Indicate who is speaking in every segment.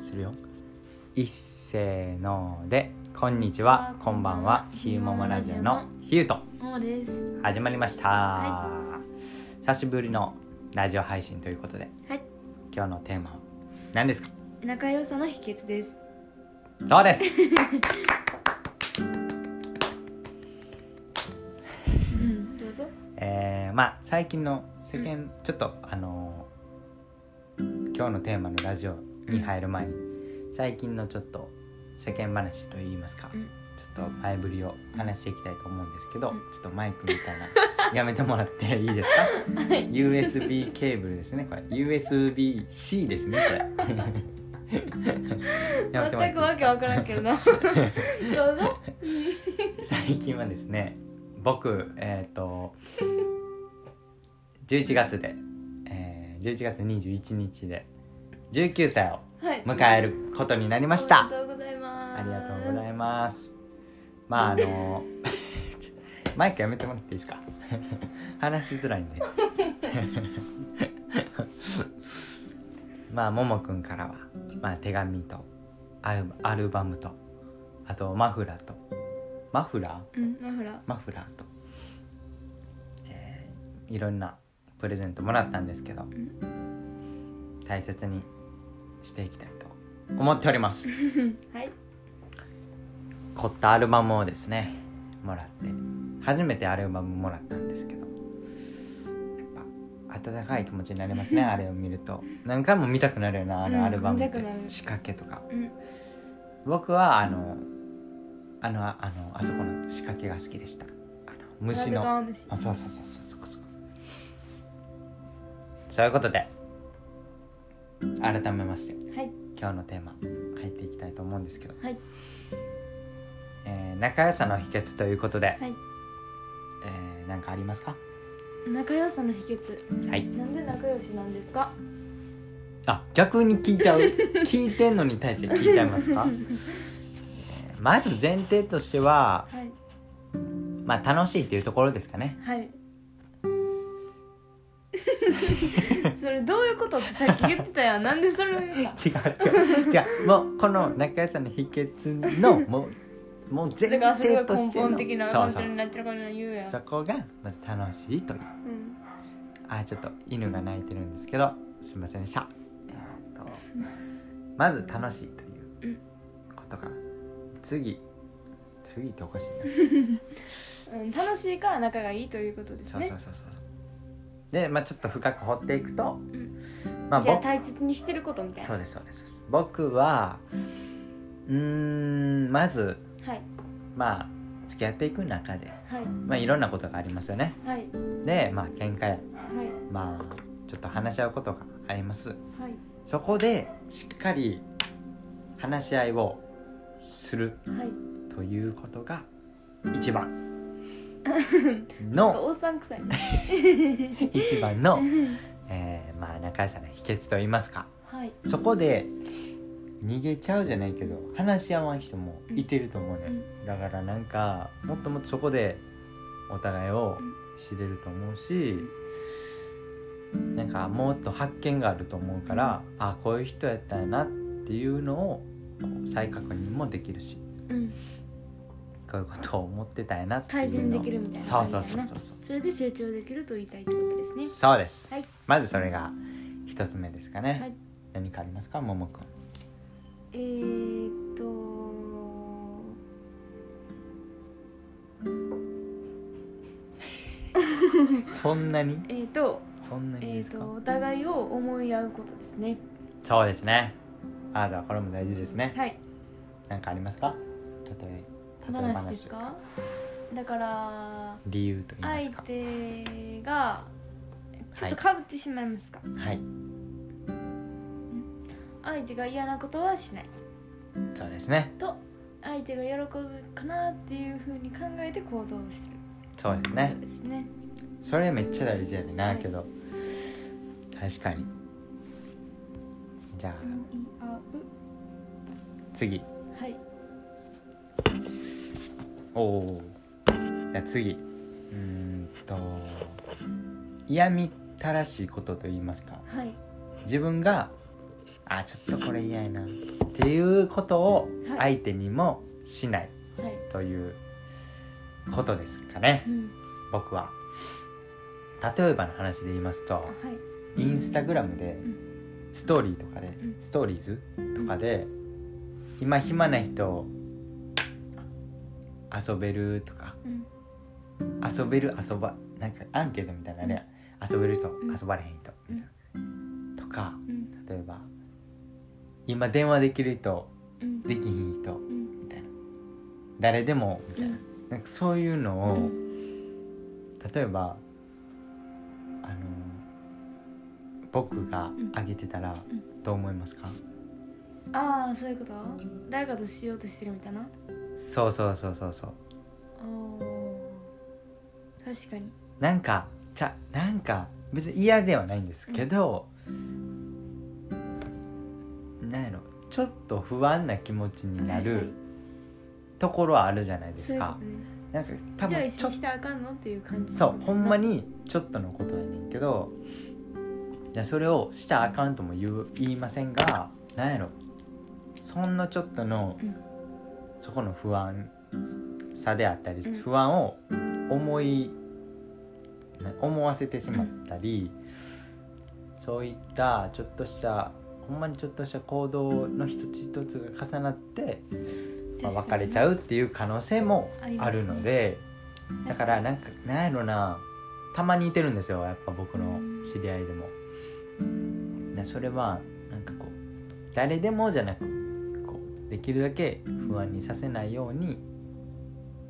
Speaker 1: するよ一せーのでこんにちはこんばんはひゆももラジオのひゆと
Speaker 2: もうです
Speaker 1: 始まりました、
Speaker 2: は
Speaker 1: 久しぶりのラジオ配信ということで
Speaker 2: はい
Speaker 1: 今日のテーマは何ですか
Speaker 2: 仲良さの秘訣です
Speaker 1: そうです
Speaker 2: うんどうぞ
Speaker 1: えー、まあ最近の世間、ちょっとあのー今日のテーマのラジオに入る前に、最近のちょっと世間話といいますか、
Speaker 2: うん
Speaker 1: ちょっと前振りを話していきたいと思うんですけど、
Speaker 2: うん
Speaker 1: ちょっとマイクみたいなやめてもらっていいですか USB ケーブルですねこれ USB-C ですね これやめてもらっていい
Speaker 2: 全
Speaker 1: です
Speaker 2: くわけわからんけどな どうぞ
Speaker 1: 最近はですね僕えっ、と11月で、えー、11月21日で19歳を
Speaker 2: はい
Speaker 1: 迎えることになりまし
Speaker 2: おめ
Speaker 1: た
Speaker 2: でとうございます
Speaker 1: ありがとうございますまああの ちょマイクやめてもらっていいですか 話しづらいんで まあももくんからは、まあ、手紙とアルアルバムとあとマフラーとマフラー
Speaker 2: うんマフラー
Speaker 1: マフラーと、えーいろんなプレゼントもらったんですけど、大切にしていきたいと思っております
Speaker 2: はい
Speaker 1: 凝ったアルバムをですねもらって初めてアルバムもらったんですけどやっぱ温かい気持ちにな りますねあれを見ると何回も見たくなるよなあ
Speaker 2: うん
Speaker 1: のアルバムっ
Speaker 2: 見
Speaker 1: て、
Speaker 2: たくなる
Speaker 1: 仕掛けとか
Speaker 2: うん
Speaker 1: 僕はあのあのあのあそこの仕掛けが好きでしたあの虫の
Speaker 2: ラブガームシ
Speaker 1: あそうそうそうそうそこそこそういうことで改めまして
Speaker 2: はい
Speaker 1: 今日のテーマ入っていきたいと思うんですけど、
Speaker 2: はい
Speaker 1: えー仲良さの秘訣ということで、
Speaker 2: はい
Speaker 1: えーなんかありますか
Speaker 2: 仲良さの秘訣
Speaker 1: はい
Speaker 2: なんで仲良しなんですか
Speaker 1: あ逆に聞いちゃう 聞いてんのに対して聞いちゃいま すか、えーまず前提としては、
Speaker 2: はい
Speaker 1: まあ、楽しいっていうところですかね
Speaker 2: はい それどういうことってさっき言ってたやんなんでそれを言った
Speaker 1: 違う違う違うもうこの仲良さの秘訣のもうもう前
Speaker 2: だからそれ
Speaker 1: 提
Speaker 2: が
Speaker 1: とし
Speaker 2: 根
Speaker 1: ての
Speaker 2: 本的な
Speaker 1: そう
Speaker 2: 感
Speaker 1: そ
Speaker 2: じ
Speaker 1: う
Speaker 2: になっちゃうから言うやん
Speaker 1: そこがまず楽しいという
Speaker 2: うん
Speaker 1: あーちょっと犬が鳴いてるんですけどすいませんでした、えーっとまず楽しいと
Speaker 2: う
Speaker 1: いうんことから次次っておかしいな、
Speaker 2: うん、楽しいから仲がいいということです
Speaker 1: そう
Speaker 2: ね
Speaker 1: そうそうそうで、まあ、ちょっと深く掘っていくと、
Speaker 2: ん
Speaker 1: まあ
Speaker 2: じゃあ
Speaker 1: 僕
Speaker 2: 大切にしてることみたいな
Speaker 1: そうですそうですそうです僕はうーんまず
Speaker 2: はい
Speaker 1: まあ付き合っていく中で、
Speaker 2: はい
Speaker 1: まあ、いろんなことがありますよね
Speaker 2: はい
Speaker 1: でまあ喧嘩や
Speaker 2: はい
Speaker 1: まあちょっと話し合うことがあります
Speaker 2: はい
Speaker 1: そこでしっかり話し合いをする
Speaker 2: はい
Speaker 1: ということが一番
Speaker 2: なんか
Speaker 1: の
Speaker 2: おっさん臭い
Speaker 1: 一番の、えーまあ、仲良さの秘訣といいますか
Speaker 2: はい
Speaker 1: そこで逃げちゃうじゃないけど話し合わん人もいてると思うね、だからなんかもっともっとそこでお互いを知れると思うし、なんかもっと発見があると思うから、あこういう人やったんやなっていうのをこう再確認もできるし
Speaker 2: うん
Speaker 1: こういうことを思ってたんやなっていうの
Speaker 2: 改善できるみたいな
Speaker 1: そう
Speaker 2: 感じ
Speaker 1: そ
Speaker 2: だ
Speaker 1: う
Speaker 2: ね
Speaker 1: そうそうそう
Speaker 2: それで成長できると言いたいってことですね
Speaker 1: そうです、
Speaker 2: はい
Speaker 1: まずそれが一つ目ですかね、
Speaker 2: はい
Speaker 1: 何かありますかももくん
Speaker 2: えー、っと
Speaker 1: そんなに
Speaker 2: えー、っと
Speaker 1: そんなに
Speaker 2: え
Speaker 1: で
Speaker 2: ー、っ
Speaker 1: すか、
Speaker 2: とお互いを思い合うことですね
Speaker 1: そうですねあじゃあこれも大事ですね、
Speaker 2: はい
Speaker 1: なんかありますか例え例え
Speaker 2: 話ですかだから
Speaker 1: 理由と言い
Speaker 2: 相
Speaker 1: ますか
Speaker 2: 手がちょっとかぶってしまいますか、
Speaker 1: はい
Speaker 2: 相手が嫌なことはしない
Speaker 1: そうですね
Speaker 2: と相手が喜ぶかなっていうふうに考えて行動する
Speaker 1: そうです
Speaker 2: こ
Speaker 1: ね
Speaker 2: とですね
Speaker 1: それめっちゃ大事やねんな、
Speaker 2: はい
Speaker 1: けど確かにじゃあ
Speaker 2: 思い合う
Speaker 1: 次
Speaker 2: はい
Speaker 1: おおじゃあ次うーんと嫌みったらしいことと言いますか
Speaker 2: はい
Speaker 1: 自分があちょっとこれ嫌やなっていうことを
Speaker 2: は
Speaker 1: 相手にもしない
Speaker 2: はい
Speaker 1: ということですかね
Speaker 2: うん
Speaker 1: 僕は例えばの話で言いますと
Speaker 2: あはい
Speaker 1: インスタグラムで
Speaker 2: ん
Speaker 1: ストーリーとかで
Speaker 2: ん
Speaker 1: ストーリーズとかで今暇な人遊べるとか
Speaker 2: うん
Speaker 1: 遊べる遊ばなんかアンケートみたいなね、遊べる人
Speaker 2: ん
Speaker 1: 遊ばれへん人みたいなとか
Speaker 2: うん
Speaker 1: 例えば今電話できる人
Speaker 2: うん
Speaker 1: できひん人
Speaker 2: うん
Speaker 1: みたいな誰でもみたいな,、なんかそういうのを、
Speaker 2: うん
Speaker 1: 例えばあの僕が
Speaker 2: ん
Speaker 1: あげてたらどう思いますか、
Speaker 2: ああそういうこと誰かとしようとしてるみたいな
Speaker 1: そうそうそうそうそう
Speaker 2: おー確かに
Speaker 1: なんかちゃなんか別に嫌ではないんですけど、なんやろちょっと不安な気持ちにな
Speaker 2: 確か
Speaker 1: る
Speaker 2: に
Speaker 1: ところはあるじゃないで
Speaker 2: そう
Speaker 1: す
Speaker 2: いうこ
Speaker 1: か
Speaker 2: とね
Speaker 1: なんか多
Speaker 2: じゃあ
Speaker 1: 分
Speaker 2: 一
Speaker 1: ち
Speaker 2: 緒
Speaker 1: ょ
Speaker 2: にしてあかんのっていう感じ
Speaker 1: そうほんま
Speaker 2: に
Speaker 1: にちょっとのことやねんけどいやそれをしたらあかんとも言う言いませんがなんやろそんなちょっとの、
Speaker 2: うん
Speaker 1: そこの不安さであったり、
Speaker 2: うん
Speaker 1: 不安を思いな思わせてしまったり、そういったちょっとしたほんまにちょっとした行動の一つ一つが重なって、まあ、別れちゃ
Speaker 2: う
Speaker 1: うっていう可能性もあるので。だからなんかなんやろなたまにいてるんですよやっぱ僕の知り合いでもなそれはなんかこう誰でもじゃなくこうできるだけ不安にさせないように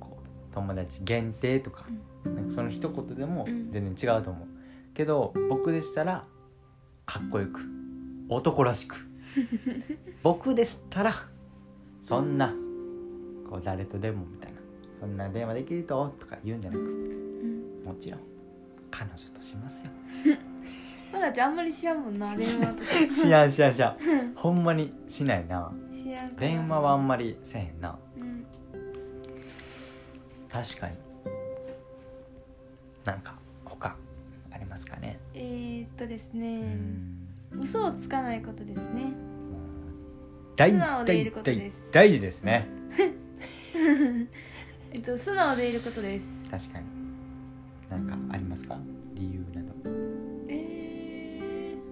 Speaker 1: こう友達限定とか,、なんかその一言でも
Speaker 2: うん
Speaker 1: 全然違うと思う、けど僕でしたらかっこよく男 らしく僕でしたらそんなこう誰とでもみたいなそんな電話できるととか言うんじゃなく
Speaker 2: うん
Speaker 1: もちろん彼女とし ますよ
Speaker 2: まあだってあんまりしやんもんな電話とか
Speaker 1: しやんしやんしやんほんまにしないな
Speaker 2: しやんから
Speaker 1: 電話はあんまりせえへんな
Speaker 2: うん
Speaker 1: 確かになんか他ありますかね
Speaker 2: えー、っとです
Speaker 1: う
Speaker 2: ね
Speaker 1: ん
Speaker 2: 嘘をつかないことですね
Speaker 1: もう大
Speaker 2: 素直でいる
Speaker 1: 大
Speaker 2: ことで
Speaker 1: 大
Speaker 2: す
Speaker 1: 大事ですね
Speaker 2: えっと素直でいることです
Speaker 1: 確かになんかありますか理由など
Speaker 2: えー、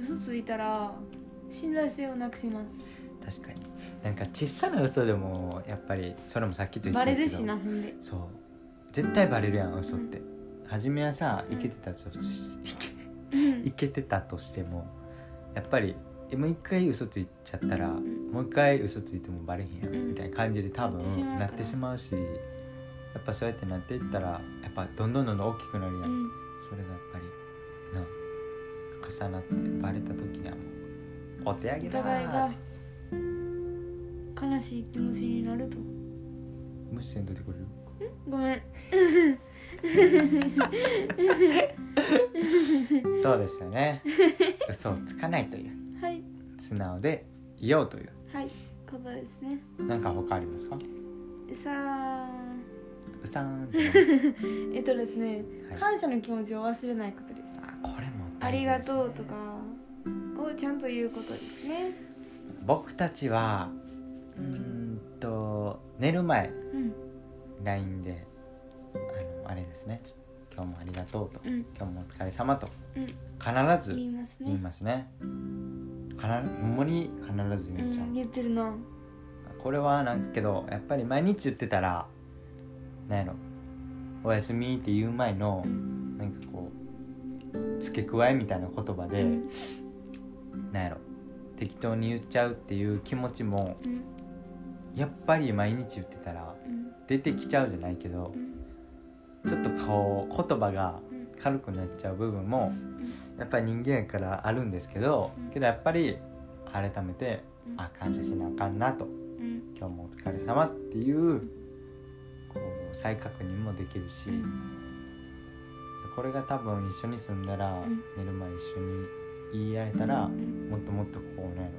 Speaker 2: 嘘ついたら信頼性をなくします
Speaker 1: 確かになんか小さな嘘でもやっぱりそれもさっきと一緒
Speaker 2: バ
Speaker 1: だけ
Speaker 2: レ
Speaker 1: ど
Speaker 2: るしなほんで
Speaker 1: そう絶対バレるやん嘘って、初めはさ
Speaker 2: うん
Speaker 1: いけてたとし
Speaker 2: うん
Speaker 1: いけてたとしてもやっぱりえもう一回嘘ついちゃったら、
Speaker 2: ん
Speaker 1: もう一回嘘ついてもバレへんやん、
Speaker 2: うん
Speaker 1: みたいな感じで多
Speaker 2: なってしまう
Speaker 1: 分
Speaker 2: から
Speaker 1: なってしまうしやっぱそうやってなっていったらやっぱどんどんどんどん大きくなるやん、
Speaker 2: うん
Speaker 1: それがやっぱりな重なってバレた時にはもうお手上げ
Speaker 2: お
Speaker 1: だ
Speaker 2: 互い
Speaker 1: ーっ
Speaker 2: が
Speaker 1: て
Speaker 2: 悲しい気持ちになると
Speaker 1: 無視せんといてくれる
Speaker 2: ごめん
Speaker 1: そうですよ ね嘘をつかないという
Speaker 2: はい
Speaker 1: 素直でいようという
Speaker 2: はいことですね
Speaker 1: なんか他ありますか
Speaker 2: さあ
Speaker 1: うさーんって
Speaker 2: えっとですね、
Speaker 1: はい
Speaker 2: 感謝の気持ちを忘れないことです
Speaker 1: あこれも
Speaker 2: あ
Speaker 1: 大
Speaker 2: り
Speaker 1: 事
Speaker 2: が
Speaker 1: です
Speaker 2: とうとかをちゃんと言うことですね
Speaker 1: 僕たちはうーんと寝る前
Speaker 2: うん
Speaker 1: LINE であのあれですね今日もありがとうと
Speaker 2: うん
Speaker 1: 今日もお疲れ様と
Speaker 2: うん
Speaker 1: 必ず
Speaker 2: 言いますね
Speaker 1: 言いますねかなほんまに必ず
Speaker 2: う
Speaker 1: 言っちゃう、
Speaker 2: ん言ってるな
Speaker 1: これはなんかけどやっぱり毎日言ってたらなんやろおやすみって言う前の
Speaker 2: うん
Speaker 1: なんかこう付け加えみたいな言葉で、
Speaker 2: うん
Speaker 1: なんやろ適当に言っちゃうっていう気持ちも
Speaker 2: うん
Speaker 1: やっぱり毎日言ってたら
Speaker 2: うん
Speaker 1: 出てきちゃうじゃないけど
Speaker 2: うん
Speaker 1: ちょっとこう言葉が
Speaker 2: うん
Speaker 1: 軽くなっちゃう部分もやっぱり人間やからあるんですけどけどやっぱり改めて
Speaker 2: うん
Speaker 1: あ感謝しなあかんなと
Speaker 2: うん
Speaker 1: 今日もお疲れ様っていうこう再確認もできるし
Speaker 2: うん
Speaker 1: これが多分一緒に住んだら
Speaker 2: ん
Speaker 1: 寝る前一緒に言い合えたら
Speaker 2: うん
Speaker 1: もっともっとこうね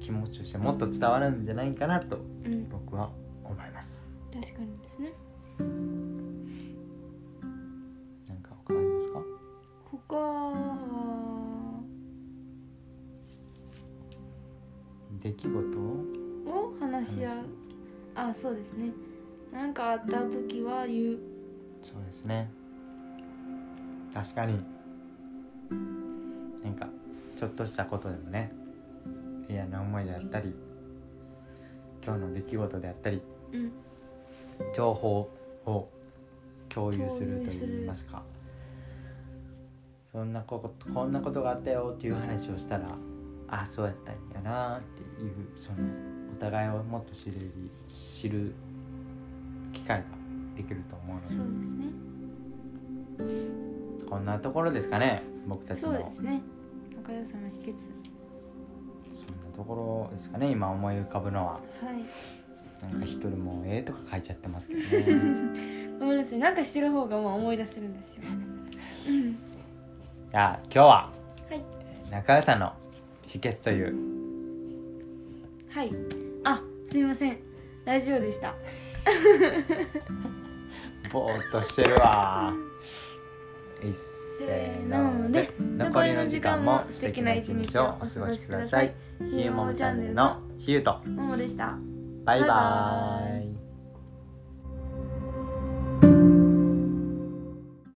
Speaker 1: 気持ちとしてもっと伝わるんじゃないかなと
Speaker 2: うん
Speaker 1: 僕は思います
Speaker 2: 確かにですね
Speaker 1: なんか他ありますか
Speaker 2: 他は
Speaker 1: 出来事を
Speaker 2: を話し合うあそうですね何かあった時は言う
Speaker 1: そうですね確かになんかちょっとしたことでもね嫌な思いであったり今日の出来事であったり
Speaker 2: うん
Speaker 1: 情報を共有する
Speaker 2: 共有
Speaker 1: と
Speaker 2: する
Speaker 1: 言いますかそんなことこんなことがあったよっていう話をしたらあそうやったんやなっていうそのお互いをもっと知る知る機会ができると思うので
Speaker 2: そうですね
Speaker 1: こんなところですかね僕たち
Speaker 2: そう
Speaker 1: の
Speaker 2: ですね仲良さの秘訣
Speaker 1: そんなところですかね今思い浮かぶのは
Speaker 2: はい
Speaker 1: なんか一人もうええとか書いちゃってますけど ね
Speaker 2: ごめんなさいなんかしてる方がもう思い出せるんですよ
Speaker 1: じゃあ今日は
Speaker 2: はい
Speaker 1: 仲良さの秘訣という
Speaker 2: はいあすいませんラジオでした
Speaker 1: ぼーっとしてるわいっせーので残りの時間も素敵な一日をお過ごしくださいひゆももチャンネルのひゆと
Speaker 2: ももでした
Speaker 1: バイバーイ